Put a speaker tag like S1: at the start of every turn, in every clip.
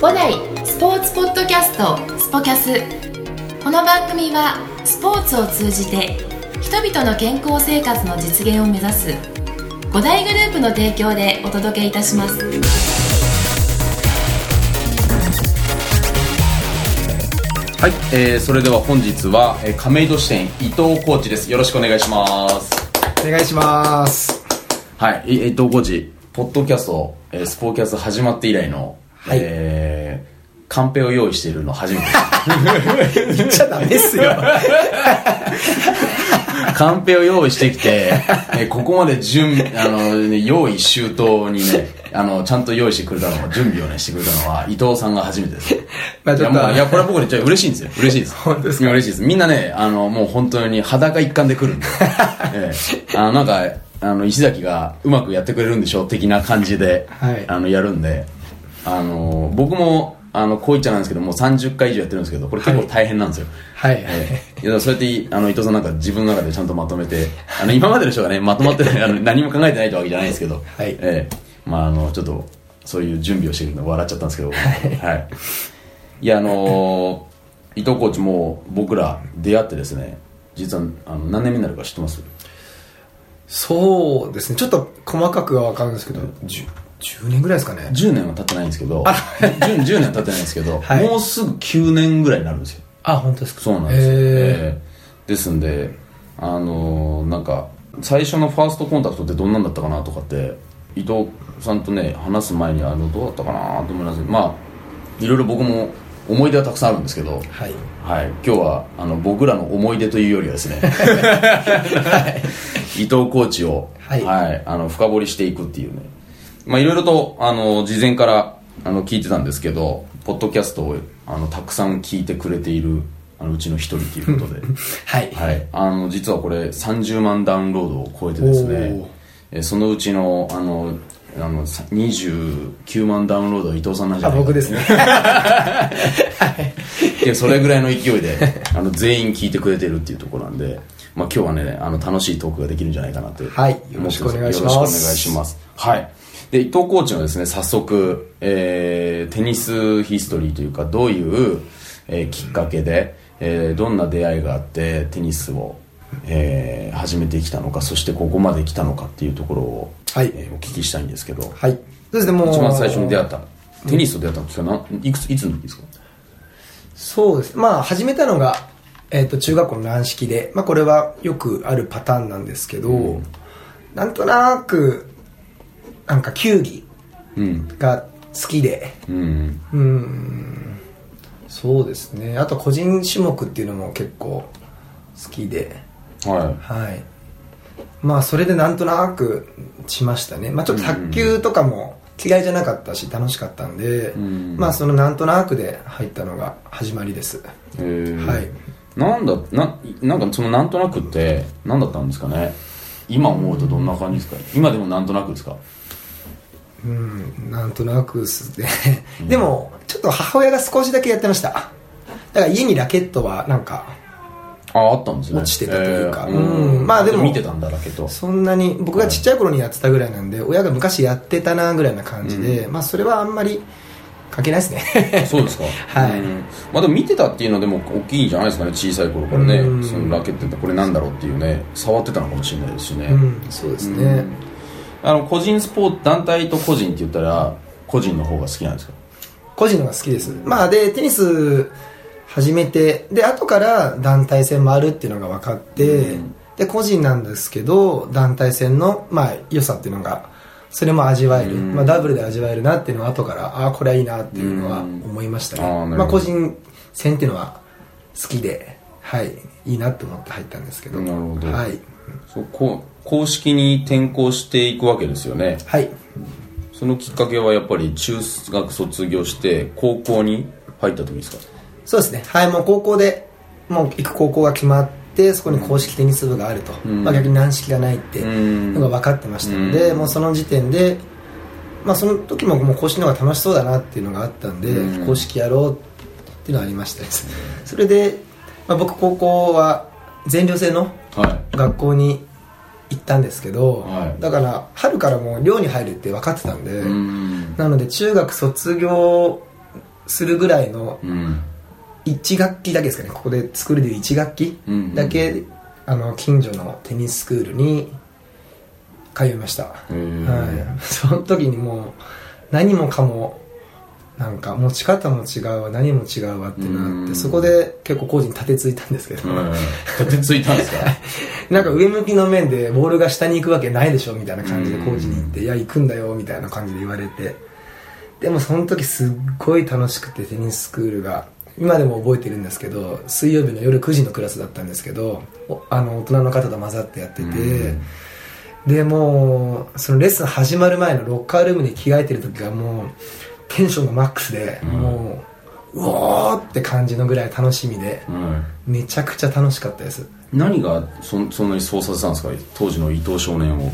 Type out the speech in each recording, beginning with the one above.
S1: 五代スポーツポッドキャストスポキャスこの番組はスポーツを通じて人々の健康生活の実現を目指す五大グループの提供でお届けいたします
S2: はい、えー、それでは本日は、えー、亀戸支店伊藤コーチです。よろしくお願いします。
S3: お願いします
S2: はい、い伊藤コーチ、ポッドキャスト、えー、スポーキャス始まって以来の、
S3: はい
S2: えー、カンペを用意しているの初めて です。
S3: 言っちゃダメ ですよ
S2: カンペを用意してきて、えーここまで準、あの、ね、用意周到にね、あの、ちゃんと用意してくれたのは、準備をね、してくれたのは、伊藤さんが初めてです。
S3: まあちょっ
S2: い
S3: と
S2: やもういや、これは僕ね、ちょっと嬉しいんですよ。嬉しいです。
S3: 本当です
S2: か嬉しいです。みんなね、あの、もう本当に裸一貫で来るん で。ええあの、なんか、あの、石崎がうまくやってくれるんでしょ的な感じで、
S3: はい
S2: あの、やるんで、あの、僕も、あの、こういっちゃなんですけど、もう30回以上やってるんですけど、これ結構大変なんですよ。
S3: はいはい、
S2: ええいやだからそうやってあの伊藤さんなんか自分の中でちゃんとまとめて あの今までの人がねまとまってないあ の何も考えてないってわけじゃないですけど、
S3: はい
S2: ええまああのちょっとそういう準備をしてるんで笑っちゃったんですけど、はい、いやあのー伊藤コーチも僕ら出会ってですね実はあの何年目になるか知ってます
S3: そうですねちょっと細かくは分かるんですけど 10, 10年ぐらいですかね
S2: 10年は経ってないんですけど 10, 10年は経ってないんですけど、
S3: はい
S2: もうすぐ9年ぐらいになるんですよ
S3: あ本当ですか
S2: そうなんですよ、
S3: へ
S2: ええですんであのーなんか最初のファーストコンタクトってどんなんだったかなとかって伊藤さんとね話す前にあのどうだったかなと思いますまあいろいろ僕も思い出はたくさんあるんですけど、
S3: はい
S2: はい、今日はあの僕らの思い出というよりはですね 伊藤コーチを、
S3: はい
S2: あの深掘りしていくっていうねまあいろいろとあの事前からあの聞いてたんですけどポッドキャストをあのたくさん聞いてくれているあのうちの一人という ことで、
S3: はい、
S2: はい、あの実はこれ30万ダウンロードを超えてです
S3: お
S2: ね
S3: ー
S2: えそのうちのあのあのさ29万ダウンロードは伊藤さんなんじゃ
S3: あ
S2: ないか
S3: 僕
S2: と
S3: ですね
S2: いやそれぐらいの勢いで あの全員聞いてくれてるっていうところなんで、まあ、今日はねあの楽しいトークができるんじゃないかなと
S3: はいよろしくお願いします
S2: よろしくお願いしますはいで伊藤コーチのですね早速、えーテニスヒストリーというかどういう、えーきっかけで、えーどんな出会いがあってテニスを、えー始めてきたのかそしてここまで来たのかっていうところを、
S3: はい
S2: えーお聞きしたいんですけど、
S3: はいそうですねもう
S2: 一番最初に出会ったテニスと出会ったのってないくついつの時ですか
S3: そうですまあ始めたのが、えっと中学校の軟式で、まあ、これはよくあるパターンなんですけど、なんとなくなんか球技
S2: うん
S3: が好きで、
S2: うん
S3: うんそうですねあと個人種目っていうのも結構好きで
S2: はい
S3: はいまあそれでなんとなくしましたねまあちょっと卓球とかも嫌いじゃなかったし楽しかったんで、
S2: ん
S3: まあそのなんとなくで入ったのが始まりです
S2: へー
S3: はい
S2: なんだななんかそのなんとなくって何だったんですかね今思うとどんな感じですか今でもなんとなくですか
S3: うんなんとなくですねでもちょっと母親が少しだけやってましただから家にラケットはなんか
S2: ああったんですね
S3: 落ちてたというか
S2: ー
S3: うんまあでも
S2: 見てたんだだけ ど
S3: そんなに僕がちっちゃい頃にやってたぐらいなんで、親が昔やってたなぐらいな感じで、まあそれはあんまり関係ないですね
S2: そうですか
S3: はい
S2: うんまあでも見てたっていうのはでも大きいんじゃないですかね小さい頃から
S3: う
S2: ね
S3: ん
S2: そのラケットってこれなんだろうっていうね触ってたのかもしれないですしね
S3: うんそうですね、
S2: うんあの個人スポーツ団体と個人って言ったら個人の方が好きなんですか
S3: 個人のが好きですまあでテニス始めてで後から団体戦もあるっていうのが分かって、
S2: うん
S3: で個人なんですけど団体戦のまあ良さっていうのがそれも味わえる、
S2: うん
S3: まあ、ダブルで味わえるなっていうのは後からああこれはいいなっていうのは
S2: うん
S3: 思いましたね、
S2: あーなる
S3: まあ、
S2: ほど
S3: 個人戦っていうのは好きではいいいなと思って入ったんですけど
S2: なるほど
S3: はい、
S2: そうこう公式に転校していくわけですよね
S3: はい、
S2: そのきっかけはやっぱり中学卒業して高校に入った時ですか
S3: そうですねはいもう高校でもう行く高校が決まってそこに公式テニス部があると、
S2: ん
S3: まあ、逆に軟式がないって
S2: うん
S3: のが分かってましたので、
S2: うん
S3: もうその時点で、まあ、その時ももう公式の方が楽しそうだなっていうのがあったんで、
S2: うん
S3: 公式やろうっていうのはありましたね それで、まあ、僕高校は全寮制の
S2: は
S3: 学校に行ったんですけど、
S2: はい
S3: だから春からもう寮に入るって分かってたんで、
S2: いうん
S3: なので中学卒業するぐらいの
S2: うん
S3: 1学期だけですかねここで作るで1学期
S2: うんうん
S3: だけ、あの近所のテニススクールに通いました、
S2: へー
S3: はい、 その時にもう何もかもなんか持ち方も違うわ何も違うわってなっ
S2: う
S3: て
S2: ん
S3: そこで結構コーチに立てついたんですけど、
S2: うん立てついたんですか
S3: なんか上向きの面でボールが下に行くわけないでしょみたいな感じでコーチに言って「いや行くんだよ」みたいな感じで言われてでもその時すっごい楽しくてテニススクールが今でも覚えてるんですけど水曜日の夜9時のクラスだったんですけどおあの大人の方と混ざってやってて、
S2: うん
S3: でもうそのレッスン始まる前のロッカールームで着替えてる時がもうテンションがマックスで、もううおーって感じのぐらい楽しみで
S2: うん
S3: めちゃくちゃ楽しかったです
S2: 何がそそんなにそうさせたんですか当時の伊藤少年を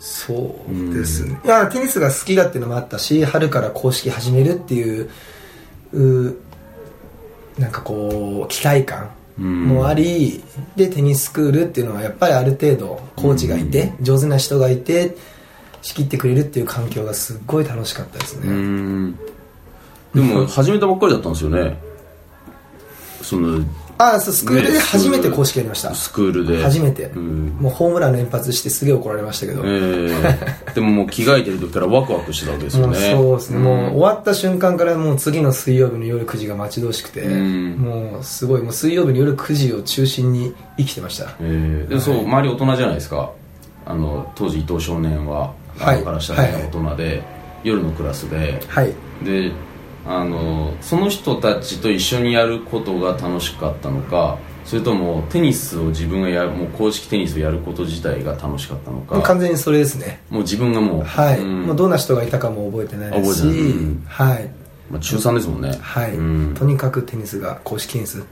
S3: そうですね、まあテニスが好きだっていうのもあったし春から公式始めるっていううなんかこう期待感
S2: うん
S3: もあり、でテニススクールっていうのはやっぱりある程度コーチがいて、上手な人がいて仕切ってくれるっていう環境がすっごい楽しかったですね、
S2: うんでも始めたばっかりだったんですよねその
S3: ああそうスクールで初めて公式やりました、
S2: スクールで
S3: 初めて、
S2: うん
S3: もうホームラン連発してすげえ怒られましたけど、
S2: えーでももう着替えてる時からワクワクしてたわけですよ
S3: もう
S2: ね
S3: そうですね、もう終わった瞬間からもう次の水曜日の夜9時が待ち遠しくて、
S2: うん
S3: もうすごいもう水曜日の夜9時を中心に生きてました
S2: えーでそう周り大人じゃないですかあの当時伊藤少年は
S3: はい
S2: 僕からしたら
S3: はい
S2: 大人で、夜のクラスで
S3: はい
S2: であのその人たちと一緒にやることが楽しかったのかそれともテニスを自分がやるもう公式テニスをやること自体が楽しかったの
S3: もう
S2: か
S3: 完全にそれですね
S2: もう自分がもう,、
S3: はい、
S2: うん
S3: もうどんな人がいたかも覚えてないですし、
S2: 覚えてないうん
S3: はい
S2: まあ、中3ですもんね
S3: はい、
S2: うん
S3: とにかくテニスが公式テニス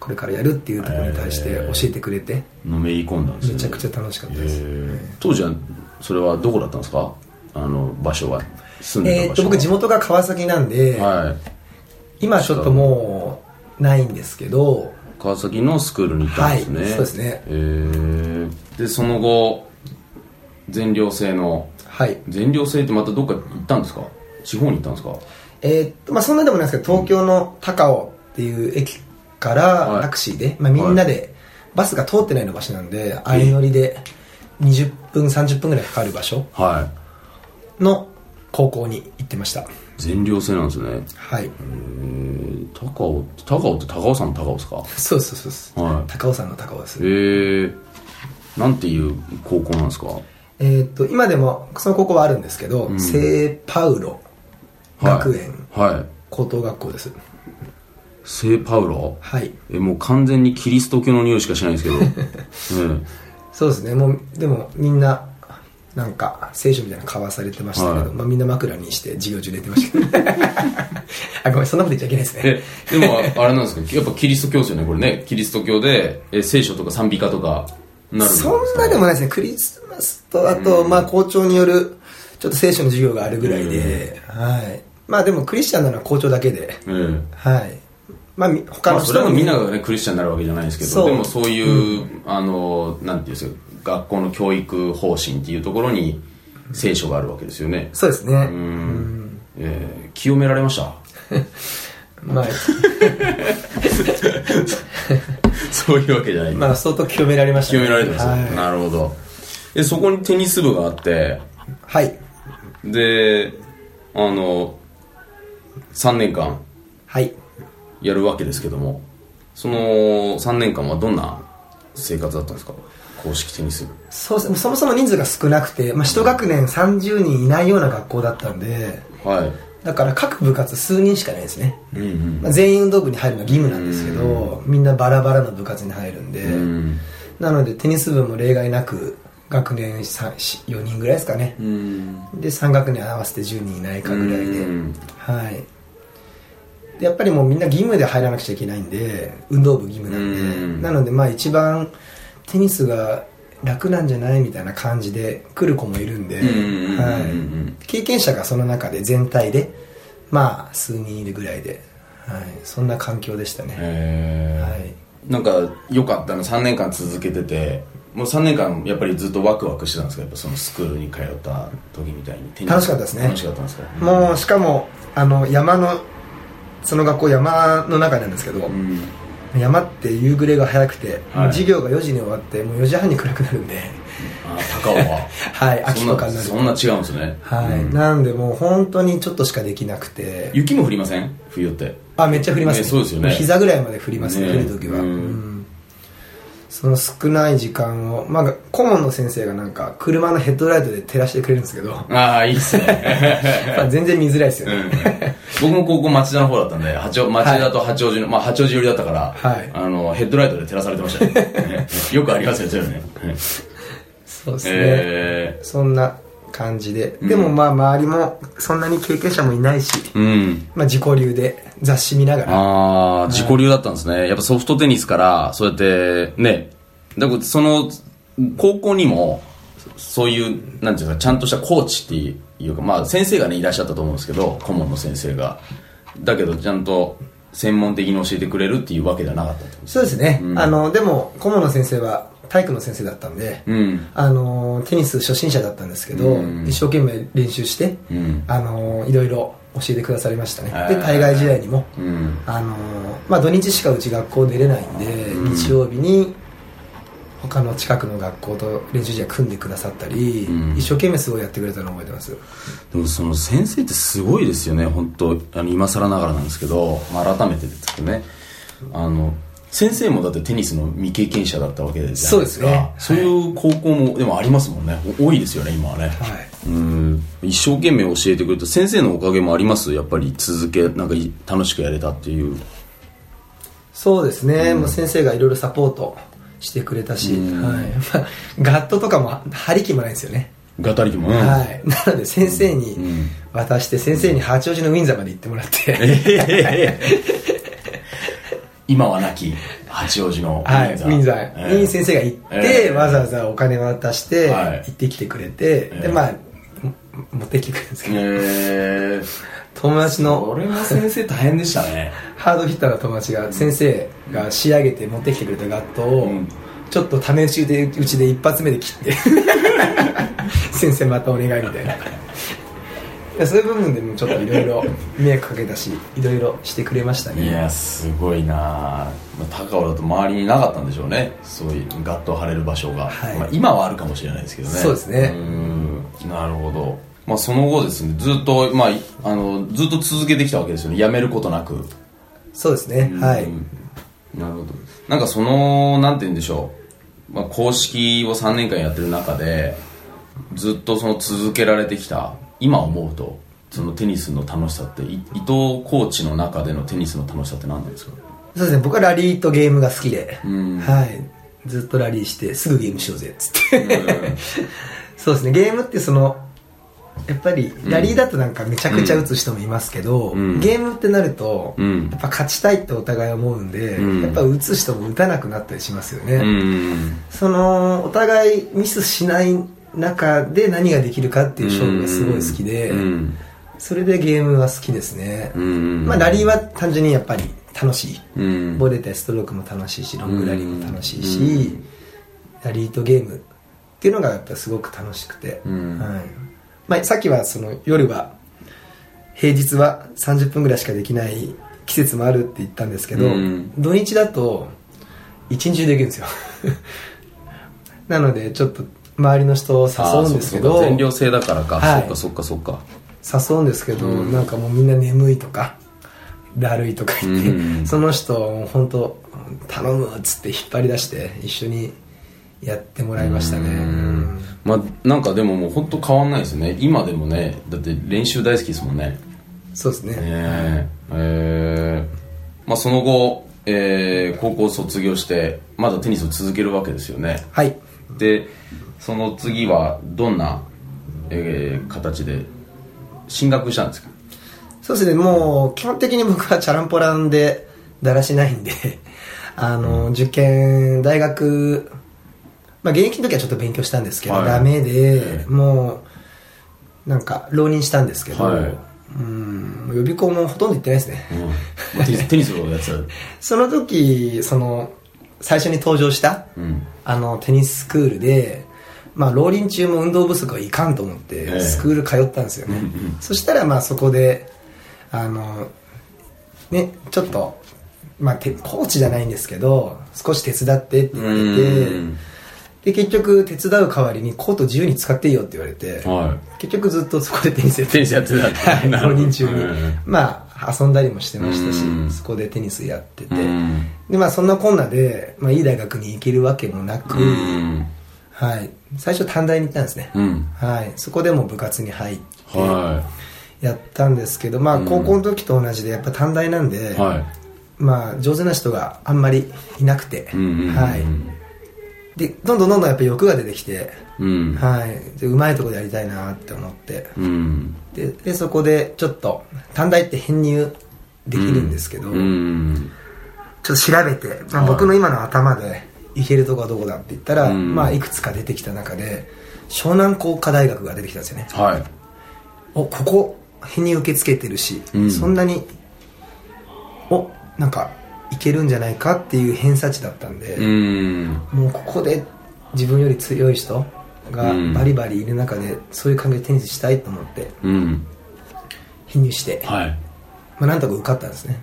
S3: これからやるっていうところに対して教えてくれて、
S2: のめり込んだんですよ
S3: め
S2: ね
S3: ちゃくちゃ楽しかったで
S2: え
S3: す、
S2: ー当時はそれはどこだったんですかあの場所は住んで
S3: え
S2: た
S3: ーっ
S2: 場
S3: と
S2: 所は
S3: 僕地元が川崎なんで、
S2: はい
S3: 今ちょっともうないんですけど
S2: 川崎のスクールに行ったんですね、
S3: はいそうですね
S2: えーでその後全寮制の
S3: はい
S2: 全寮制ってまたどっか行ったんですか地方に行ったんですか
S3: えーっとまあ、そんなでもないですけど東京の高尾っていう駅か
S2: は
S3: ら
S2: い
S3: タクシーで、まあ、みんなで、バスが通ってないの場所なんで相乗りで20分30分ぐらいかかる場所
S2: はい
S3: の高校に行ってました
S2: 全寮制なんですね
S3: はい
S2: えー、高尾って高尾って高尾さんの高尾ですか
S3: そうそうそうそう、
S2: はい
S3: 高尾山の高尾です
S2: えー、なんていう高校なんですか
S3: えーっと今でもその高校はあるんですけど、
S2: ん
S3: 聖パウロ学園
S2: はい、はい、
S3: 高等学校です
S2: 聖パウロ
S3: はい
S2: えもう完全にキリスト教の匂いしかしないん ですけど、うん、
S3: そうですねもうでもみんななんか聖書みたいなの買わされてましたけど、
S2: はい
S3: まあ、みんな枕にして授業中寝てましたけ どあごめんそんなこと言っちゃいけないですね
S2: えでもああれなんですかやっぱキリスト教ですよねこれねキリスト教でえ聖書とか賛美歌とかなるんですか
S3: そんなでもないですねクリスマスとあと、まあ校長によるちょっと聖書の授業があるぐらいで、はいまあでもクリスチャンなのは校長だけで
S2: ええ
S3: はいまあみ他
S2: ま
S3: の
S2: あ、それ
S3: 人
S2: は
S3: も
S2: みんなが、ね、クリスチャンになるわけじゃないですけ
S3: そ
S2: ど
S3: う
S2: でもそういう、あのなんていうんですか学校の教育方針っていうところに聖書があるわけですよね
S3: そうですね
S2: うんえー清められました
S3: まあ
S2: そういうわけじゃない、
S3: まあ相当清められました
S2: 清
S3: ね、
S2: められてます、
S3: はい
S2: なるほどでそこにテニス部があって
S3: はい
S2: であの3年間
S3: はい
S2: やるわけですけどもその3年間はどんな生活だったんですか公式テニス部
S3: そうですねそもそも人数が少なくて、まあ、一学年30人いないような学校だったんで
S2: はい
S3: だから各部活数人しかいないですね、
S2: うんうん
S3: まあ、全員運動部に入るのは義務なんですけどみんなバラバラの部活に入るんで、
S2: うん
S3: なのでテニス部も例外なく学年4人ぐらいですかね、
S2: うん
S3: で3学年合わせて10人いないかぐらいで、
S2: うん
S3: はいでやっぱりもうみんな義務で入らなくちゃいけないんで運動部義務なんで、
S2: うん
S3: なのでまあ一番テニスが楽なんじゃないみたいな感じで来る子もいるんで、
S2: うんうんうん
S3: はい、経験者がその中で全体でまあ数人いるぐらいで、はい、そんな環境でしたね、
S2: えー
S3: はい
S2: なんか良かったの3年間続けててもう3年間やっぱりずっとワクワクしてたんですけどやっぱそのスクールに通った時みたいにテニス
S3: 楽しかったですね
S2: 楽しかったんですか
S3: もうしかもあの山のその学校山の中なんですけど、
S2: うん
S3: 山って夕暮れが早くて、
S2: はい
S3: もう授業が4時に終わってもう4時半に暗くなるんで
S2: あ高尾 は
S3: はい秋
S2: そ
S3: と
S2: ん
S3: か
S2: な
S3: になる
S2: そんな違うんですね
S3: はい、
S2: うん
S3: なんでもう本当にちょっとしかできなくて
S2: 雪も降りません冬って
S3: あめっちゃ降りますね
S2: ねそうですよね
S3: 膝ぐらいまで降りますね
S2: ね
S3: 降る時は、
S2: うん
S3: うんその少ない時間を、まあ、顧問の先生がなんか車のヘッドライトで照らしてくれるんですけど、
S2: ああいいっすね
S3: ま あ全然見づらいですよ
S2: う
S3: ね、
S2: ん僕も高校町田の方だったんで八王町田と八王子の、まあ八王子寄りだったから、
S3: はい
S2: あのヘッドライトで照らされてました ねよくありますよねそれね
S3: そうですね、
S2: え
S3: そんな感じで、でもまあ周りもそんなに経験者もいないし、
S2: ー、うん
S3: まあ、自己流で雑誌見ながら
S2: ああ、自己流だったんですね。やっぱソフトテニスから、そうやって、ね、だからその、高校にも、そういう、なんていうか、ちゃんとしたコーチっていうか、まあ先生がね、いらっしゃったと思うんですけど、顧問の先生が。だけど、ちゃんと専門的に教えてくれるっていうわけではなかったってことです
S3: そうですね、あのでも顧問の先生は体育の先生だったんで、
S2: うん。
S3: あのテニス初心者だったんですけど、
S2: うん
S3: 一生懸命練習して、
S2: うん
S3: あのいろいろ教えてくださりましたね
S2: あー
S3: で対外試合にも、
S2: うん。
S3: あのまあ、土日しかうち学校出れないんで、日曜日に他の近くの学校と練習試合組んでくださったり、
S2: うん
S3: 一生懸命すごいやってくれたのを覚えてます
S2: でもその先生ってすごいですよね本当あの今更ながらなんですけど、まあ、改めてですけどねあの先生もだってテニスの未経験者だったわけじゃないですか
S3: そうですね
S2: そういう高校も、でもありますもんねお多いですよね今はね、
S3: はい
S2: うん一生懸命教えてくれた先生のおかげもありますやっぱり続けなんかい楽しくやれたっていう
S3: そうですね、もう先生がいろいろサポートしてくれたし、はい まあ、ガットとかも張り気もないんですよね、
S2: ガタリキも、うん
S3: はい、 なので先生に
S2: ん
S3: 渡して先生に八王子のウィンザーまで行ってもらって、
S2: えへへへ今は亡き八王子の
S3: はい、ウィンザーに先生が行って、
S2: えー
S3: わざわざお金渡して
S2: はい
S3: 行ってきてくれて、
S2: え
S3: で
S2: ー
S3: まあも持ってきてくれるんですけど、
S2: えー
S3: 友達の
S2: 俺も先生大変でしたね
S3: ハードヒッターの友達が先生が仕上げて持ってきてくれたガットを、
S2: うん
S3: ちょっと試し打ちでうちで一発目で切って 先生またお願いみたいないやそういう部分でもちょっといろいろ迷惑かけたしいろいろしてくれました
S2: い
S3: ね
S2: やすごいなあまあ高尾だと周りになかったんでしょうねそういうガッと張れる場所が、
S3: はい
S2: まあ、今はあるかもしれないですけどね
S3: そうですね
S2: うんなるほど、まあ、その後ですねずっと、まあ、いあのずっと続けてきたわけですよねやめることなく
S3: そうですねはい
S2: うんなるほどなんかそのなんて言うんでしょう、まあ、公式を3年間やってる中でずっとその続けられてきた今思うとそのテニスの楽しさってい伊藤コーチの中でのテニスの楽しさって何なんですか
S3: そうですね僕はラリーとゲームが好きで、
S2: ん
S3: はいずっとラリーしてすぐゲームしようぜっつって、そうですねゲームってそのやっぱりラリーだとなんかめちゃくちゃ打つ人もいますけど、
S2: ん
S3: ゲームってなると、
S2: うん
S3: やっぱ勝ちたいってお互い思うんで、
S2: うん
S3: やっぱ打つ人も打たなくなったりしますよね、
S2: うん
S3: そのお互いミスしない中で何ができるかっていう勝負がすごい好きで、
S2: うん
S3: それでゲームは好きですね、
S2: うん
S3: まあ、ラリーは単純にやっぱり楽しい、
S2: うん
S3: ボレー対ストロークも楽しいしロングラリーも楽しいし、
S2: うん
S3: ラリーとゲームっていうのがやっぱすごく楽しくて、
S2: うん
S3: はいまあ、さっきはその夜は平日は30分ぐらいしかできない季節もあるって言ったんですけど、
S2: うん
S3: 土日だと一日中できるんですよ なのでちょっと周りの人を
S2: あ
S3: 誘
S2: ー
S3: う
S2: そ
S3: ん
S2: っ
S3: で
S2: か
S3: す
S2: そ
S3: け
S2: っか
S3: ど
S2: 全寮制だからか、
S3: はい
S2: そっかそっかそっか
S3: 誘うんですけど、なんかもうみんな眠いとかだるいとか言って、
S2: うん
S3: その人を本当頼むっつって引っ張り出して一緒にやってもらいましたねうん
S2: まあなんかでももう本当変わんないですね今でもねだって練習大好きですもんね
S3: そうですね
S2: ねええーまあ、その後、えー高校卒業してまだテニスを続けるわけですよね
S3: はい
S2: でその次はどんな、えー形で進学したんですか
S3: そうですねもう基本的に僕はチャランポランでだらしないんで あの受験大学まあ現役の時はちょっと勉強したんですけど、
S2: はい
S3: ダメで
S2: え、え
S3: もうなんか浪人したんですけど、
S2: はい
S3: うん予備校もほとんど行ってないですね、
S2: うん、テニステニスをやつ
S3: その時その最初に登場した、
S2: うん
S3: あのテニススクールで、まあ、浪人中も運動不足はいかんと思っ
S2: え
S3: てスクール通ったんですよね、そしたらまあそこであの、ね、ちょっと、まあ、てコーチじゃないんですけど少し手伝ってって言われ
S2: う
S3: て
S2: ん
S3: で結局手伝う代わりにコート自由に使っていいよって言われて
S2: は
S3: 結局ずっとそこでテニスや
S2: い
S3: っ
S2: テ
S3: て
S2: ニスやってた
S3: はい浪人中に、
S2: うん
S3: まあ遊んだりもしてましたし、
S2: うん
S3: そこでテニスやってて、
S2: うん
S3: でまあそんなこんなで、まあ、いい大学に行けるわけもなく、
S2: うん
S3: はい、最初短大に行ったんですね、
S2: うん
S3: はい、そこでも部活に入って
S2: は
S3: やったんですけど、まあ、高校の時と同じでやっぱ短大なんで、
S2: いはい
S3: まあ、上手な人があんまりいなくて、
S2: うんうんうん
S3: はい、でどんどんどんどんやっぱ欲が出てきて、
S2: うん
S3: はい、でうまいとこでやりたいなって思って
S2: うん
S3: ででそこでちょっと短大って編入できるんですけど、
S2: うん
S3: ちょっと調べて、まあ、
S2: はい
S3: 僕の今の頭で行けるとこはどこだって言ったら、
S2: うん
S3: まあ、いくつか出てきた中で湘南工科大学が出てきたんですよね
S2: は
S3: おここ編入受け付けてるし、
S2: うん
S3: そんなにおなんかいけるんじゃないかっていう偏差値だったんで、
S2: いうん
S3: もうここで自分より強い人が
S2: うん
S3: バリバリいる中で、そういう関係でテニスしたいと思って
S2: うん
S3: 編入して、
S2: はい
S3: まあ、なんとか受かったんですね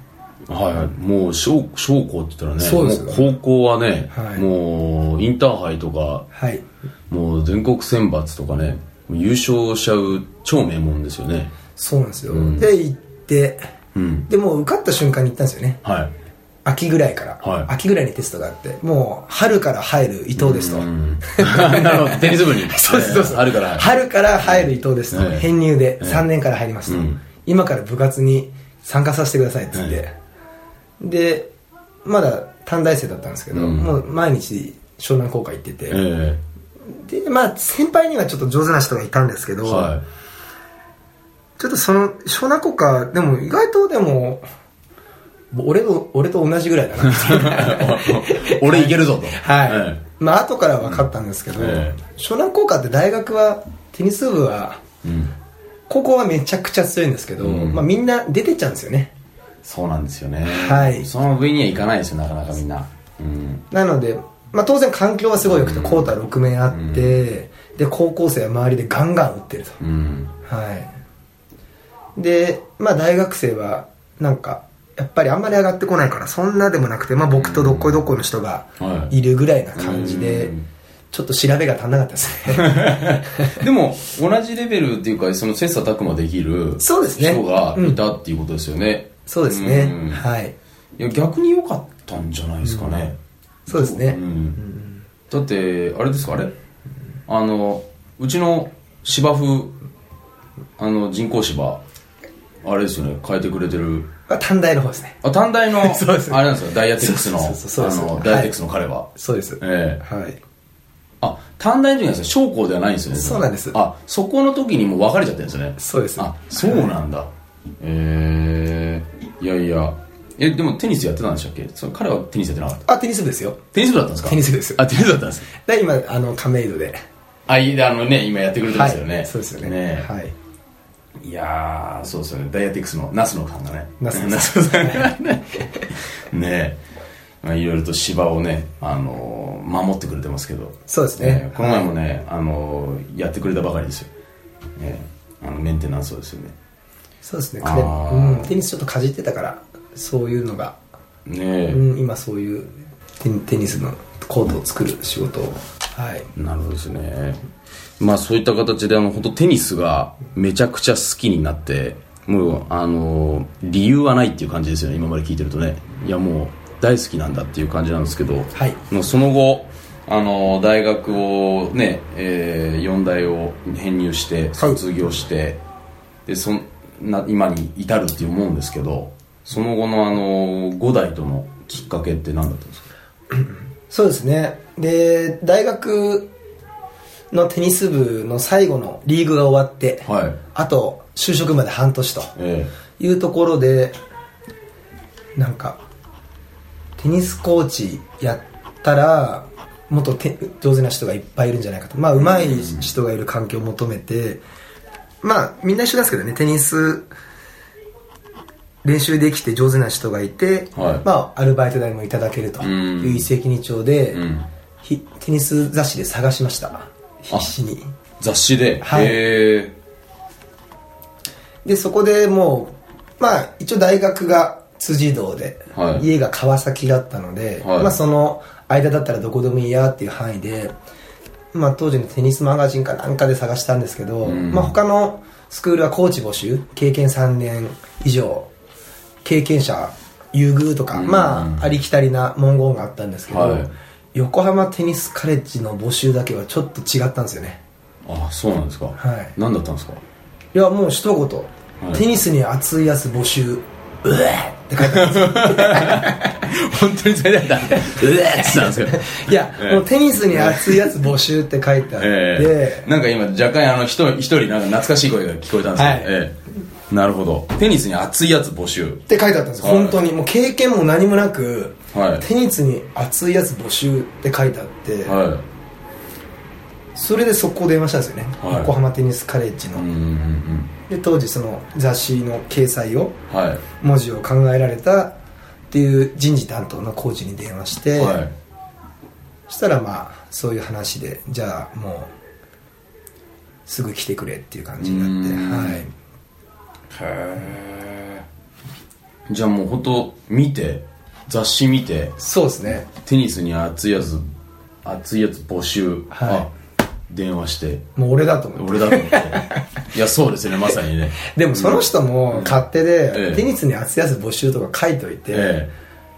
S2: はい、もう小小校って言ったらね
S3: そうですよ
S2: もう高校はね、
S3: はい
S2: もうインターハイとか
S3: はい
S2: もう全国選抜とかね優勝しちゃう超名門ですよね
S3: そうなんですよ、
S2: うん
S3: で行って
S2: うん
S3: でもう受かった瞬間に行ったんですよね
S2: はい
S3: 秋ぐらいから、
S2: はい
S3: 秋ぐらいにテストがあってもう春から入る伊藤ですと、
S2: うんなるほどテニス部に
S3: そうですそうです
S2: あるから
S3: 春から入る伊藤ですと、
S2: ええ
S3: 編入
S2: え
S3: で
S2: え
S3: 3年から入りますと、
S2: うん
S3: 今から部活に参加させてくださいって言って、
S2: え
S3: でまだ短大生だったんですけど、
S2: うん
S3: もう毎日湘南高校行ってて、
S2: え
S3: でまあ先輩にはちょっと上手な人がいたんですけ
S2: え
S3: ど、
S2: は
S3: ちょっとその湘南高校でも意外とでも俺と俺と同じぐらいだなっていう
S2: い 俺いけるぞと
S3: はい、
S2: え
S3: まあ後から分かったんですけど、
S2: うんええ
S3: 湘南高校って大学はテニス部は
S2: えうん
S3: 高校はめちゃくちゃ強いんですけど、
S2: うん
S3: まあ、みんな出てっちゃうんですよね
S2: そうなんですよね
S3: はい
S2: その上にはいかないですよなかなかみんなうん
S3: なので、まあ、当然環境はすごい良くて、コートは6面あって、で高校生は周りでガンガン打ってると、
S2: うん
S3: はいで、まあ、大学生はなんかやっぱりあんまり上がってこないからそんなでもなくて、まあ、僕とどっこいどっこいの人が
S2: はい
S3: いるぐらいな感じで、
S2: うん
S3: ちょっと調べが足んなかったです ね
S2: でも同じレベルっていうかその切磋琢磨できる
S3: そうですね
S2: 人がいたっていうことですよね、
S3: そうですね、
S2: うん
S3: はい
S2: いや逆に良かったんじゃないですかね、
S3: そうですね、
S2: うんだってあれですかあれあのうちの芝生あの人工芝あれですよね変えてくれてる
S3: まあ、短大の方ですね
S2: あ短大の
S3: そうです
S2: あれなんですよダイアテックスの
S3: そうそうそうそうそう
S2: あの
S3: はい
S2: ダイアテックスの彼は、
S3: そうです
S2: ええ
S3: はい
S2: あ短大の時なんですよ小校ではないんですよね
S3: そうなんです
S2: あそこの時にもう別れちゃってるんですよね
S3: そうです
S2: あそうなんだええいやいやえでもテニスやってたんでしたっけその彼はテニスやってなかった
S3: あテニス部ですよ
S2: テニス部だったんですか
S3: テニス部ですよ
S2: あテニス部だったんです
S3: で今あの亀戸で
S2: あいあのね今やってくれてますよね、
S3: はい、そうですよね
S2: ね
S3: はい
S2: い、やーそうですよねダイアティクスのナスのさんがね
S3: ナス
S2: ナスのさんがねねまあいろいろと芝をね、あのー守ってくれてますけど
S3: そうですね
S2: この前もね、あのーやってくれたばかりですよ、ね、あのメンテナンスをですよね
S3: そうですね
S2: あ
S3: 彼、
S2: ー
S3: うん、テニスちょっとかじってたからそういうのが、
S2: ねえ、
S3: うん、今そういうテニテニスのコートを作る仕事をはい
S2: なるほどですねまあそういった形であの本当テニスがめちゃくちゃ好きになってもうあの理由はないっていう感じですよね今まで聞いてるとねいやもう大好きなんだっていう感じなんですけど、
S3: はい
S2: もうその後あの大学をね、え4大を編入して卒業して、でそんな今に至るって思うんですけどその後のあの5代とのきっかけって何だったんですか
S3: そうですねで大学のテニス部の最後のリーグが終わって、
S2: はい
S3: あと就職まで半年と
S2: え
S3: いうところでなんかテニスコーチやったらもっとて上手な人がいっぱいいるんじゃないかとまあ上手い人がいる環境を求めてまあみんな一緒なんですけどねテニス練習できて上手な人がいて、
S2: はい
S3: まあ、アルバイト代もいただけると
S2: ん
S3: いう一石二鳥で、
S2: ん
S3: ひテニス雑誌で探しました必死に
S2: 雑誌で、
S3: はい
S2: へえ
S3: でそこでもうまあ一応大学が辻堂で、
S2: はい
S3: 家が川崎だったので、
S2: はい
S3: まあ、その間だったらどこでもいいやっていう範囲で、まあ、当時のテニスマガジンかなんかで探したんですけど、まあ、他のスクールはコーチ募集経験3年以上経験者優遇とか、まあありきたりな文言があったんですけど、
S2: はい
S3: 横浜テニスカレッジの募集だけはちょっと違ったんですよね
S2: あそうなんですか、
S3: はい
S2: 何だったんですか
S3: いやもう一言、
S2: い
S3: テニスに熱いやつ募集うえって 書いてあるんですよ
S2: 本当にそれだった うえってたんですけど
S3: いや、
S2: ええ
S3: もうテニスに熱いやつ募集って書いてあって、
S2: ええなんか今若干あの一人一人なんか懐かしい声が聞こえたんですけど、
S3: はい
S2: ええなるほどテニスに熱いやつ募集
S3: って書いてあったんです
S2: は
S3: よ、
S2: い
S3: 本当にもう経験も何もなく、
S2: はい
S3: テニスに熱いやつ募集って書いてあって、
S2: は
S3: それで速攻電話したんですよね、
S2: はい
S3: 横浜テニスカレッジの、
S2: いうんうんうん
S3: で当時その雑誌の掲載を
S2: はい
S3: 文字を考えられたっていう人事担当のコーチに電話して、
S2: はい
S3: そしたらまあそういう話でじゃあもうすぐ来てくれっていう感じにな
S2: うん
S3: ってはい
S2: へえじゃあもう本当見て雑誌見て
S3: そうですね
S2: テニスに熱いやつ熱いやつ募集、
S3: は
S2: あ電話して
S3: もう俺だと思って
S2: 俺だと思って いやそうですねまさにね
S3: でもその人も勝手で、
S2: ええ
S3: テニスに熱いやつ募集とか書いといて、
S2: え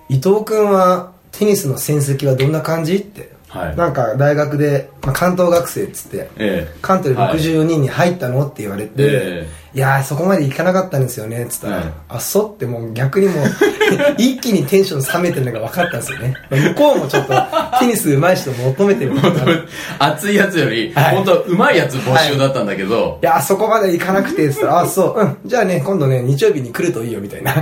S3: 伊藤君はテニスの戦績はどんな感じって、
S2: はい
S3: なんか大学で、まあ、関東学生っつって、
S2: ええ
S3: 関東で64人に入ったのって言われて、
S2: え
S3: いやーそこまでいかなかったんですよねっつったら、
S2: はい
S3: あそうってもう逆にもう 一気にテンション冷めてるのが分かったんですよね向こうもちょっとテニス上手い人求めてるのかない
S2: 熱いやつより、
S3: はい
S2: 本当うまいやつ募集だったんだけど、
S3: やーそこまでいかなくてっつったらあそううんじゃあね今度ね日曜日に来るといいよみたいな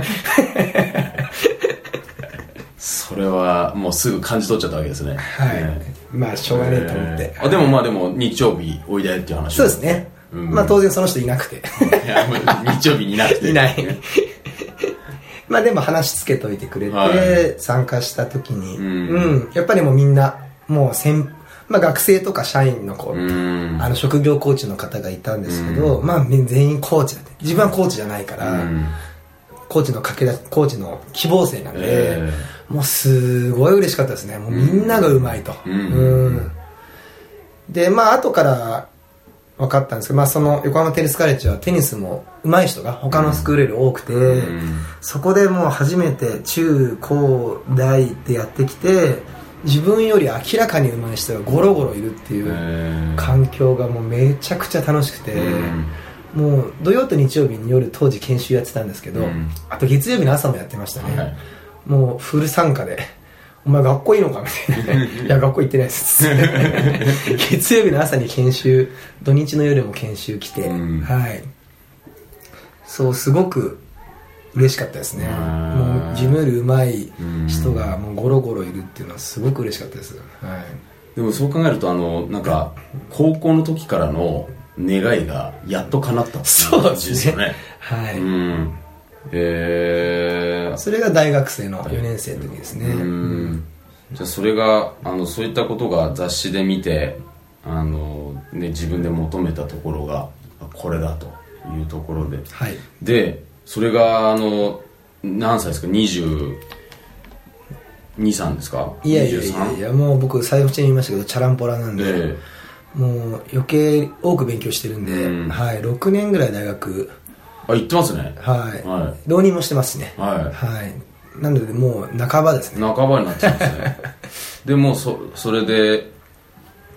S2: それはもうすぐ感じ取っちゃったわけですね
S3: はい、
S2: え
S3: まあしょうがねえと思って、
S2: えあでもまあでも日曜日おいでっていう話
S3: そうですね、
S2: うん
S3: まあ当然その人いなくて
S2: いやもう 日曜日になくて
S3: いない まあでも話つけといてくれて、
S2: はい
S3: 参加した時に、
S2: ん
S3: うんやっぱりもうみんなもう先、まあ、学生とか社員の子、
S2: うーん
S3: あの職業コーチの方がいたんですけど、まあみ全員コーチだって自分はコーチじゃないから、
S2: うん
S3: コーチの駆け出しコーチの希望生なんで、
S2: え
S3: もうすごい嬉しかったですねもうみんながうまいと
S2: う
S3: うんん、でまあ後から分かったんですけど、まあ、その横浜テニスカレッジはテニスもうまい人が他のスクールより多くて、
S2: ん
S3: そこでもう初めて中高大ってやってきて自分より明らかにうまい人がゴロゴロいるっていう、
S2: え
S3: 環境がもうめちゃくちゃ楽しくて、
S2: うん
S3: もう土曜と日曜日に夜当時研修やってたんですけど、
S2: うん
S3: あと月曜日の朝もやってましたね、
S2: はい
S3: もうフル参加で「お前学校いいのか?」みたいな「いや学校行ってな いです」月曜日の朝に研修土日の夜も研修来て、
S2: うん
S3: はいそうすごく嬉しかったですね
S2: うん
S3: もう自分より上手い人がもうゴロゴロいるっていうのはすごく嬉しかったです、はい
S2: でもそう考えるとあのなんか高校の時からの願いがやっと叶ったってい感じですよね
S3: はい、
S2: うんえー
S3: それが大学生の4年生の時ですね、
S2: うんじゃあそれがあのそういったことが雑誌で見てあの、ね、自分で求めたところがあこれだというところで
S3: はい
S2: でそれがあの何歳ですか2 2三ですか
S3: いやいやいやいやもう僕最初に言いましたけどチャランポラなんで、
S2: 23え
S3: もう余計多く勉強してるんで、
S2: うん
S3: はい、6年ぐらい大学
S2: えあ言ってますね
S3: はい、
S2: は
S3: 浪人もしてますしね
S2: はい
S3: いなのでもう半ばですね
S2: 半ばになっちゃうんですねでもうそそれで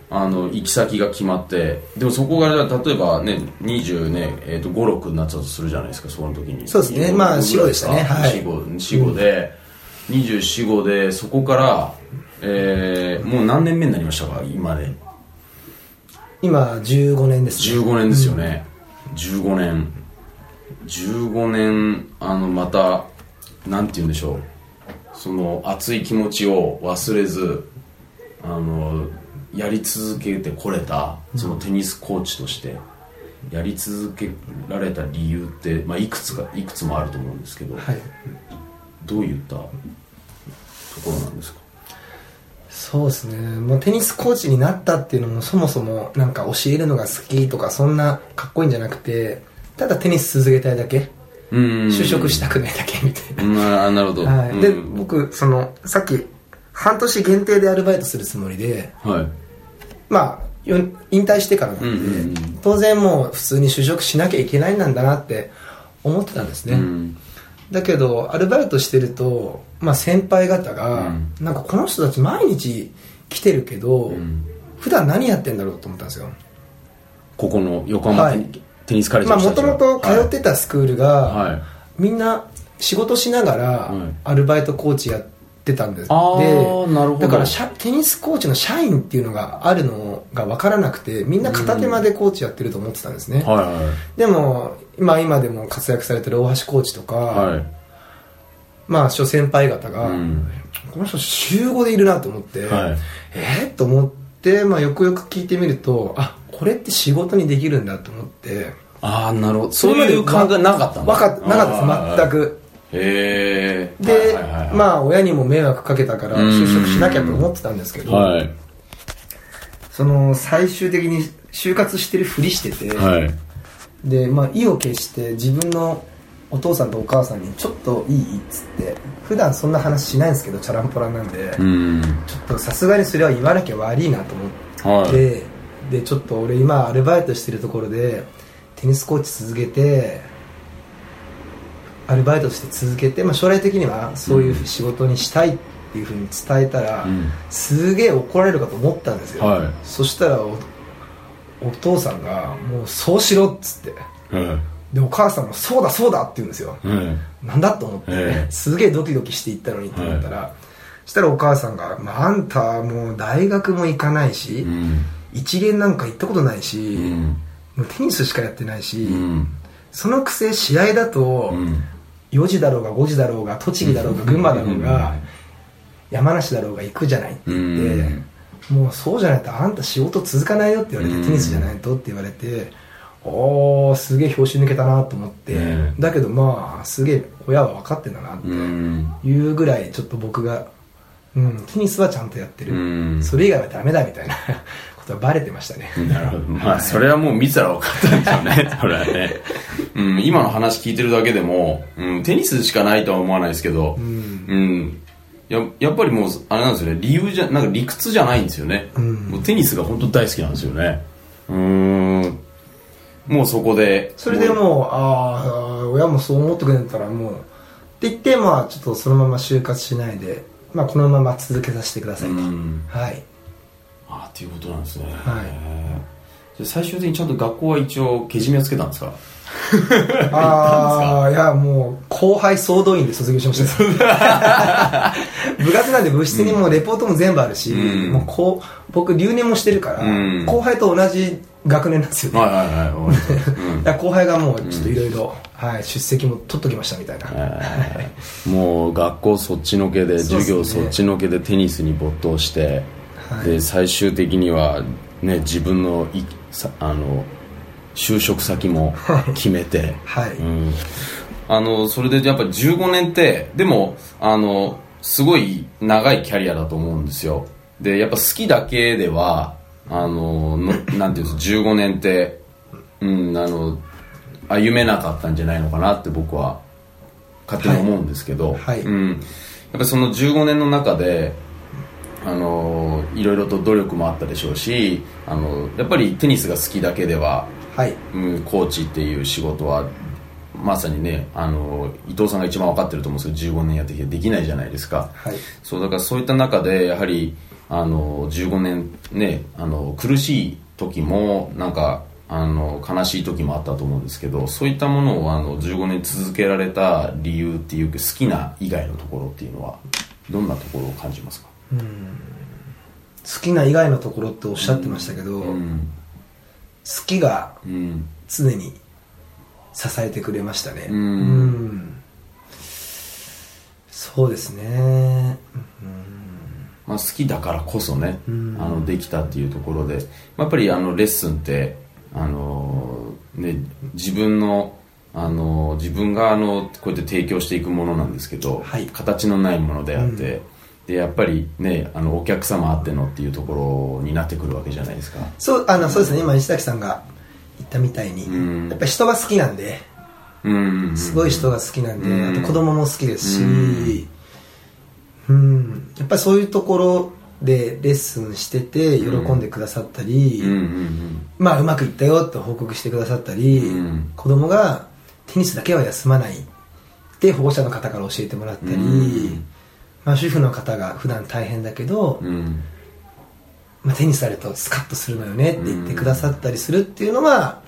S2: あの行き先が決まってでもそこが例えばね20ね、えー、と56になっちゃうとするじゃないですかその時に
S3: そうですね
S2: 25
S3: まあ
S2: ぐらいすか
S3: 45でしたねはい
S2: 45で、245でそこから、えーもう何年目になりましたか今で
S3: 今15年です、ね、
S2: 15年ですよね、15年15年あのまたなんて言うんでしょうその熱い気持ちを忘れずあのやり続けてこれたそのテニスコーチとして、やり続けられた理由って、まあ、いくつかいくつもあると思うんですけど、
S3: はい
S2: どういったところなんですか
S3: そうですね、まあ、テニスコーチになったっていうのもそもそもなんか教えるのが好きとかそんなかっこいいんじゃなくてただテニス続けたいだけ
S2: うん
S3: 就職したくないだけみたいな、
S2: うんあーなるほど、
S3: はい、で
S2: うん
S3: 僕そのさっき半年限定でアルバイトするつもりで
S2: はい
S3: まあよ引退してからなんで、
S2: うんうんうん
S3: 当然もう普通に就職しなきゃいけないなんだなって思ってたんですね、
S2: うん
S3: だけどアルバイトしてると、まあ、先輩方が、
S2: うん
S3: なんかこの人たち毎日来てるけど、
S2: ん
S3: 普段何やってんだろうと思ったんですよ
S2: ここの横浜テニ,、
S3: はい
S2: テニスカレッジ
S3: まあ
S2: の人た
S3: も
S2: ち
S3: と
S2: が
S3: もと通ってたスクールが、
S2: はい、はい
S3: みんな仕事しながら
S2: はい
S3: アルバイトコーチやってたんです、
S2: あー
S3: で
S2: なるほど
S3: だから社テニスコーチの社員っていうのがあるのが分からなくてみんな片手間でコーチやってると思ってたんですね、
S2: はいはい
S3: でも、まあ、今でも活躍されてる大橋コーチとか、
S2: はい
S3: まあ諸先輩方が、
S2: うん
S3: この人週5でいるなと思って、
S2: はい
S3: えー、と思って、まあ、よくよく聞いてみるとあこれって仕事にできるんだと思って
S2: ああなるほどそういう考えなかった
S3: わかなかった
S2: く
S3: です全く
S2: へえ
S3: で、まあ親にも迷惑かけたから
S2: うん
S3: 就職しなきゃと思ってたんですけど、
S2: はい
S3: その最終的に就活してるふりしてて、
S2: はい
S3: で、まあ、意を決して自分のお父さんとお母さんにちょっといいっつって普段そんな話しないんですけどチャランポランなんで、
S2: うん
S3: ちょっとさすがにそれは言わなきゃ悪いなと思って、
S2: は
S3: でちょっと俺今アルバイトしてるところでテニスコーチ続けてアルバイトして続けて、まあ、将来的にはそういう仕事にしたいっていうふうに伝えたら、
S2: うん
S3: すげえ怒られるかと思ったんですよ、
S2: は
S3: そしたらおお父さんが「もうそうしろ」っつって
S2: いうん
S3: でお母さんも「そうだそうだ」って言うんですよ
S2: うん
S3: なんだと思って、
S2: ええ
S3: すげえドキドキしていったのにと思ったら、そしたらお母さんが「まあ、あんたもう大学も行かないし、
S2: うん
S3: 一元なんか行ったことないし、
S2: うん
S3: もうテニスしかやってないし、
S2: うん
S3: そのくせ試合だと、
S2: うん
S3: 4時だろうが5時だろうが栃木だろうが群馬だろうが、
S2: うん
S3: 山梨だろうが行くじゃないって言って、
S2: うん
S3: もうそうじゃないとあんた仕事続かないよって言われて、
S2: うん
S3: テニスじゃないとって言われておーすげえ表紙抜けたなと思って、
S2: ねえ
S3: だけどまあすげえ親は分かってんだなっ
S2: うん
S3: ていうぐらいちょっと僕が、うん、テニスはちゃんとやってる、
S2: うん
S3: それ以外はダメだみたいなことはバレてましたね、
S2: なるほどまあそれはもう見たら分かったんでしょうねそれはね、うん、今の話聞いてるだけでも、うん、テニスしかないとは思わないですけど、うんややっぱりもうあれなんですよね理由じゃなんか理屈じゃないんですよね、もうテニスが本当大好きなんですよねうーんもうそこで
S3: それでもう、ああ、親もそう思ってくれたらもう、って言って、まあ、ちょっとそのまま就活しないで、まあ、このまま続けさせてくださいと。
S2: うん
S3: はい。
S2: ああっていうことなんですね
S3: はい
S2: い最終的にちゃんと学校は一応けじめをつけたんですか
S3: ああ、いや、もう、後輩総動員で卒業し ました。部活なんで部室にもうレポートも全部あるし、
S2: うん
S3: もうこう、僕留年もしてるから、
S2: うん
S3: 後輩と同じ学年なんですよね。
S2: はいはいはいわかりましたうん
S3: だから後輩がもう、ちょっといろいろ、はい、出席も取っときましたみたいな。
S2: えーもう学校そっちのけで
S3: そうっす
S2: 授
S3: ね
S2: 業そっちのけでテニスに没頭して、
S3: はい
S2: で最終的には、ね、自分のいさあの就職先も決め て、
S3: はい
S2: うん、あのそれでやっぱ15年ってでもあのすごい長いキャリアだと思うんですよでやっぱ好きだけではあの のなんていうんです15年って、うん、あの歩めなかったんじゃないのかなって僕は勝手に思うんですけど、
S3: はいはい
S2: うん、やっぱりその15年の中であのいろいろと努力もあったでしょうしあのやっぱりテニスが好きだけでは
S3: はい。
S2: うん、コーチっていう仕事はまさにねあの伊藤さんが一番分かってると思うんですけど15年やってきてできないじゃないですか、
S3: はい。
S2: そうだからそういった中でやはりあの15年ねあの苦しい時もなんかあの悲しい時もあったと思うんですけどそういったものをあの15年続けられた理由っていうか好きな以外のところっていうのはどんなところを感じますか、
S3: 好きな以外のところっておっしゃってましたけど、
S2: うん
S3: 好きが
S2: うん、
S3: 常に支えてくれましたね
S2: う
S3: うんんそうですね
S2: まあ、好きだからこそね、あのできたっていうところでまあやっぱりあのレッスンってあのーで自分のあの自分があのこうやって提供していくものなんですけど、
S3: はい
S2: 形のないものであって、でやっぱりねあのお客様あってのっていうところになってくるわけじゃないですか
S3: そうあのそうですね今西崎さんが言ったみたいに、
S2: うん
S3: やっぱり人が好きなんで
S2: うんうんうん
S3: すごい人が好きなんで、
S2: うん
S3: あと子供も好きですし、
S2: う
S3: うん
S2: ん、
S3: やっぱりそういうところでレッスンしてて喜んでくださったり、
S2: うんうんうん
S3: まあうまくいったよって報告してくださったり、
S2: うん
S3: 子供がテニスだけは休まないって保護者の方から教えてもらったり、
S2: うん
S3: まあ、主婦の方が普段大変だけど、
S2: うん
S3: まあ、テニスあるとスカッとするのよねって言ってくださったりするっていうのは、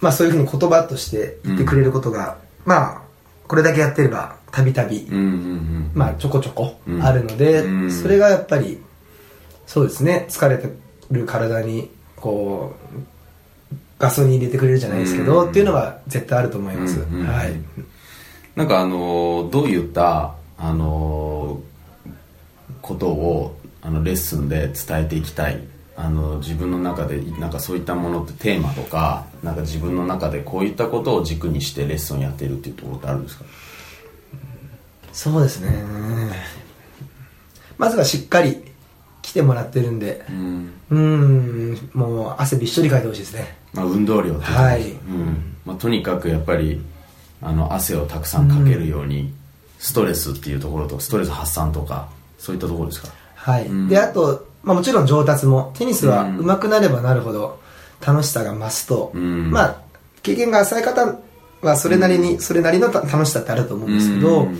S3: まあ、そういうふうに言葉として言ってくれることが、まあこれだけやってればたびたび
S2: うんうんうん
S3: まあちょこちょこ
S2: うん
S3: あるので、
S2: うん
S3: それがやっぱりそうですね疲れてる体にこうガソリン入れてくれるじゃないですけど、
S2: うん
S3: っていうのは絶対あると思います、
S2: うん
S3: はい
S2: なんかあのどういったあのことをあのレッスンで伝えていきたいあの自分の中でなんかそういったものってテーマとかなんか自分の中でこういったことを軸にしてレッスンをやってるっていうところってあるんですか
S3: そうですねまずはしっかり来てもらってるんで
S2: うん、
S3: うんもう汗びっしょりかいてほしいですね
S2: まあ、運動量ってうところ
S3: はい
S2: うんまあ、とにかくやっぱりあの汗をたくさんかけるように、ストレスっていうところとストレス発散とかそういったところですか
S3: はい、
S2: うん
S3: であと、まあ、もちろん上達もテニスは
S2: うん
S3: 上手くなればなるほど楽しさが増すと、
S2: うん
S3: まあ経験が浅い方はそれなりに、それなりのた楽しさってあると思うんですけど、
S2: うん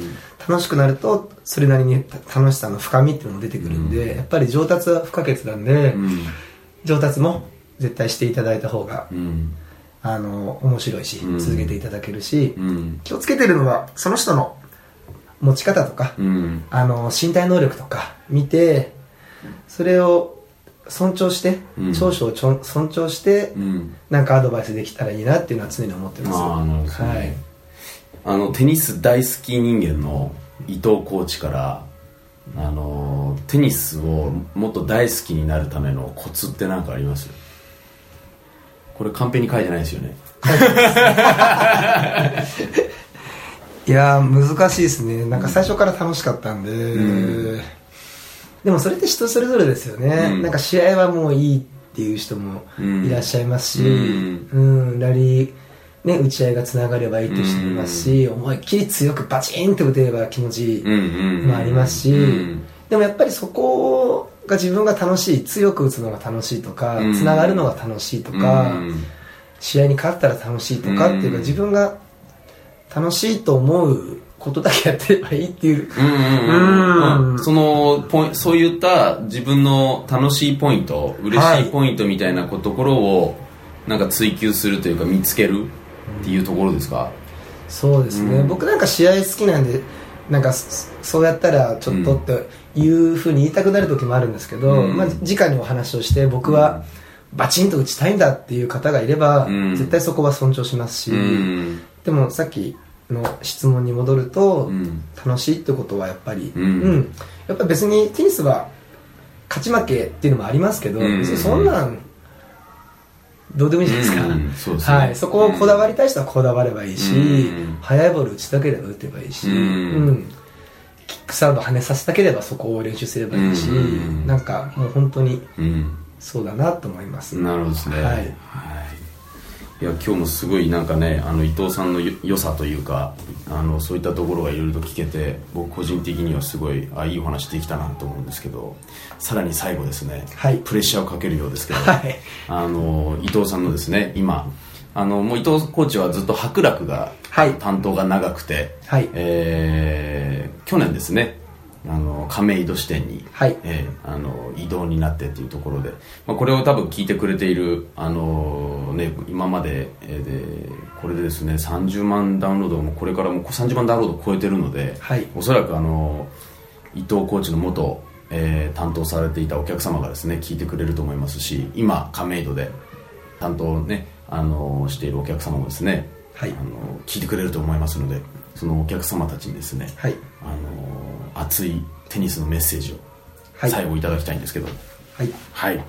S3: 楽しくなるとそれなりに楽しさの深みっていうのも出てくるんで、やっぱり上達は不可欠なんで、
S2: うん、
S3: 上達も絶対していただいた方が、
S2: うん
S3: あの面白いし、
S2: うん
S3: 続けていただけるし、
S2: うん
S3: 気をつけてるのはその人の持ち方とか、
S2: うん
S3: あの身体能力とか見てそれを尊重して、
S2: うん
S3: 長所をちょ尊重して、
S2: うん
S3: なんかアドバイスできたらいいなっていうのは常に思ってます
S2: あーなるほどね
S3: はい、
S2: あのテニス大好き人間の伊藤コーチからあのテニスをもっと大好きになるためのコツって何かありますこれカンペに書いてないですよね
S3: いやー難しいですねなんか最初から楽しかったんで、
S2: う
S3: でもそれって人それぞれですよね、
S2: うん
S3: なんか試合はもういいっていう人もいらっしゃいますし、う
S2: うん
S3: ラリーね、打ち合いがつながればいいっていう人もいますし、思いっきり強くバチンって打てれば気持ちいい
S2: うんうんうん
S3: もありますし、
S2: うん
S3: でもやっぱりそこが自分が楽しい強く打つのが楽しいとか
S2: うん
S3: つながるのが楽しいと
S2: う
S3: か、
S2: ん
S3: 試合に勝ったら楽しいとかっていうか、
S2: うん
S3: 自分が楽しいと思うことだけやってればいいっていう、
S2: うんうんうん
S3: う
S2: うんんそのポイそういった自分の楽しいポイント嬉しいポイントみたいなところをなんか追求するというか見つけるっていうところですか
S3: そうですね、
S2: うん
S3: 僕なんか試合好きなんでなんかそそうやったらちょっとっていうふうに言いたくなる時もあるんですけど、
S2: うん
S3: まあ、直にお話をして僕はバチンと打ちたいんだっていう方がいれば、
S2: うん
S3: 絶対そこは尊重しますし、
S2: うん
S3: でもさっきの質問に戻ると、
S2: うん
S3: 楽しいってことはやっぱり、
S2: うん
S3: やっぱ別にテニスは勝ち負けっていうのもありますけど、
S2: うん
S3: 別にそんなんどうでもいいじゃないですか、
S2: うんそうですね
S3: はい、そこをこだわりたい人はこだわればいいし、
S2: うん
S3: 速いボール打ちたければ打てばいいし、
S2: うん
S3: キックサーブ跳ねさせたければそこを練習すればいいし、
S2: うん
S3: なんかもう本当に
S2: うん
S3: そうだなと思います、
S2: なるほどですね
S3: はい
S2: いや今日もすごいなんかねあの伊藤さんのよ良さというかあのそういったところがいろいろと聞けて僕個人的にはすごいあいいお話できたなと思うんですけどさらに最後ですね、
S3: はい
S2: プレッシャーをかけるようですけど、
S3: はい
S2: あの伊藤さんのですね今あのもう伊藤コーチはずっと伯楽が、
S3: はい
S2: 担当が長くて、
S3: はい
S2: えー去年ですねあの亀戸支店に、
S3: はい
S2: えーあの移動になってというところで、まあ、これを多分聞いてくれている、あのね、今まで,、えーでこれでですね30万ダウンロードもこれからも30万ダウンロード超えてるので、
S3: はい
S2: おそらく、あの伊藤コーチの元、えー担当されていたお客様がですね聞いてくれると思いますし今亀戸で担当をね、あのしているお客様もですね、
S3: はい
S2: あの聞いてくれると思いますのでそのお客様たちにですね、
S3: はい
S2: あの熱いテニスのメッセージを
S3: はい
S2: 最後いただきたいんですけど、
S3: はい
S2: はい、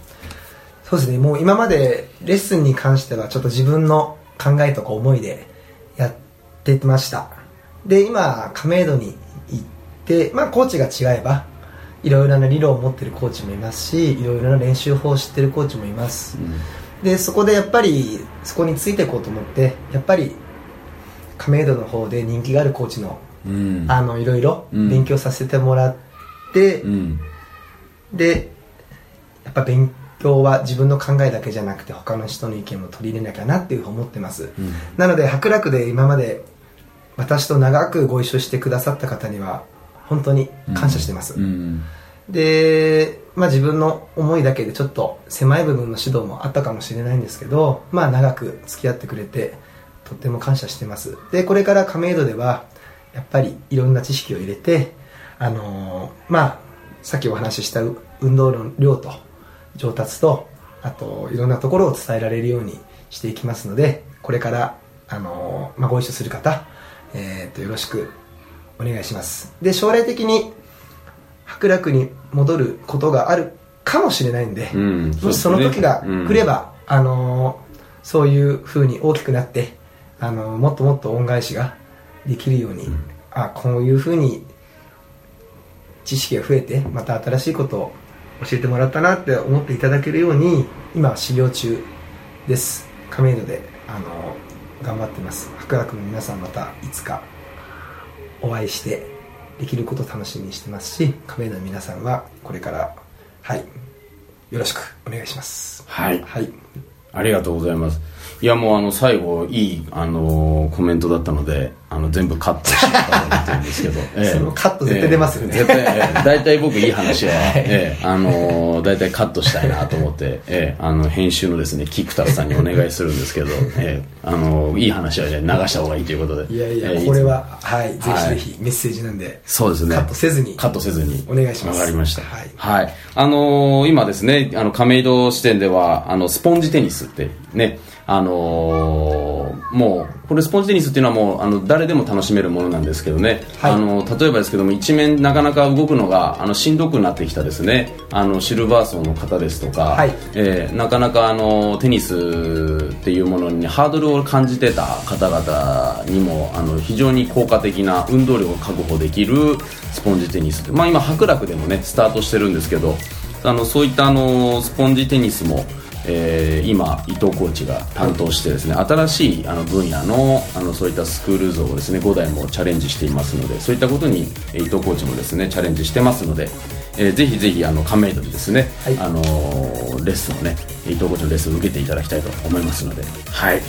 S3: そうですねもう今までレッスンに関してはちょっと自分の考えとか思いでやってましたで今亀戸に行ってまあコーチが違えばいろいろな理論を持ってるコーチもいますしいろいろな練習法を知ってるコーチもいますでそこでやっぱりそこについていこうと思ってやっぱり亀戸の方で人気があるコーチの
S2: うん
S3: あのいろいろ
S2: うん
S3: 勉強させてもらって、
S2: うん
S3: でやっぱ勉強は自分の考えだけじゃなくて他の人の意見も取り入れなきゃなっていうふうに思ってます、
S2: うん
S3: なので博楽で今まで私と長くご一緒してくださった方には本当に感謝してます、
S2: うん
S3: で、まあ、自分の思いだけでちょっと狭い部分の指導もあったかもしれないんですけど、まあ、長く付き合ってくれてとっても感謝してますでこれから亀戸ではやっぱりいろんな知識を入れてあのーまあさっきお話ししたう運動の量と上達とあといろんなところを伝えられるようにしていきますのでこれから、あのーまあ、ご一緒する方、えー、とよろしくお願いしますで将来的に白楽に戻ることがあるかもしれないんで、
S2: うん
S3: もしその時が来れば、あのーそういう風に大きくなって、あのーもっともっと恩返しができるように、あこういう風に知識が増えてまた新しいことを教えてもらったなって思っていただけるように今は修行中です亀戸で、あのー頑張ってます白楽の皆さんまたいつかお会いしてできることを楽しみにしてますし亀戸の皆さんはこれからはいよろしくお願いします
S2: はい
S3: はい
S2: ありがとうございますいやもうあの最後いいあのーコメントだったのであの全部カットしてもらったんですけ ど、え
S3: そのカット絶対出ますよね
S2: ええ絶対、ええ大体僕いい話 は、ええあのー大体カットしたいなと思って、ええあの編集のですね菊田さんにお願いするんですけど、ええあのーいい話は、ね、流した方がいいということで
S3: いやい
S2: え
S3: や
S2: え
S3: これははいぜ
S2: は
S3: ひ
S2: い
S3: ぜひメッセージなんで
S2: そうですね。
S3: カットせずに
S2: カットせずに。
S3: お願いします
S2: わかりました。
S3: はい
S2: はい。あのー今ですね、あの、亀戸支店では、あの、スポンジテニスって、ね、あのーもう、これスポンジテニスっていうのはもう、あの、誰でも楽しめるものなんですけどね、
S3: はい
S2: あの、例えばですけども、一面なかなか動くのが、あの、しんどくなってきたですね、あの、シルバー層の方ですとか、
S3: はい
S2: えーなかなかあのテニスっていうものにハードルを感じてた方々にもあの非常に効果的な運動量を確保できるスポンジテニスまあ今博楽でもねスタートしてるんですけどあのそういったあのスポンジテニスも、えー今伊藤コーチが担当してですね新しいあの分野のあのそういったスクール像をですね5台もチャレンジしていますのでそういったことにえー伊藤コーチもですねチャレンジしてますので、えーぜひぜひあの亀戸でですね、
S3: はい
S2: あのーレッスンをね伊藤コーチのレッスンを受けていただきたいと思いますのではい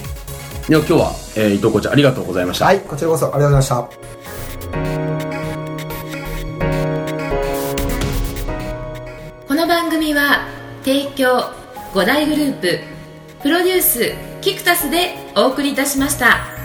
S2: では今日は、えー伊藤コーチありがとうございました、
S3: はいこちらこそありがとうございました
S1: この番組は提供五大グループプロデュースキクタスでお送りいたしました。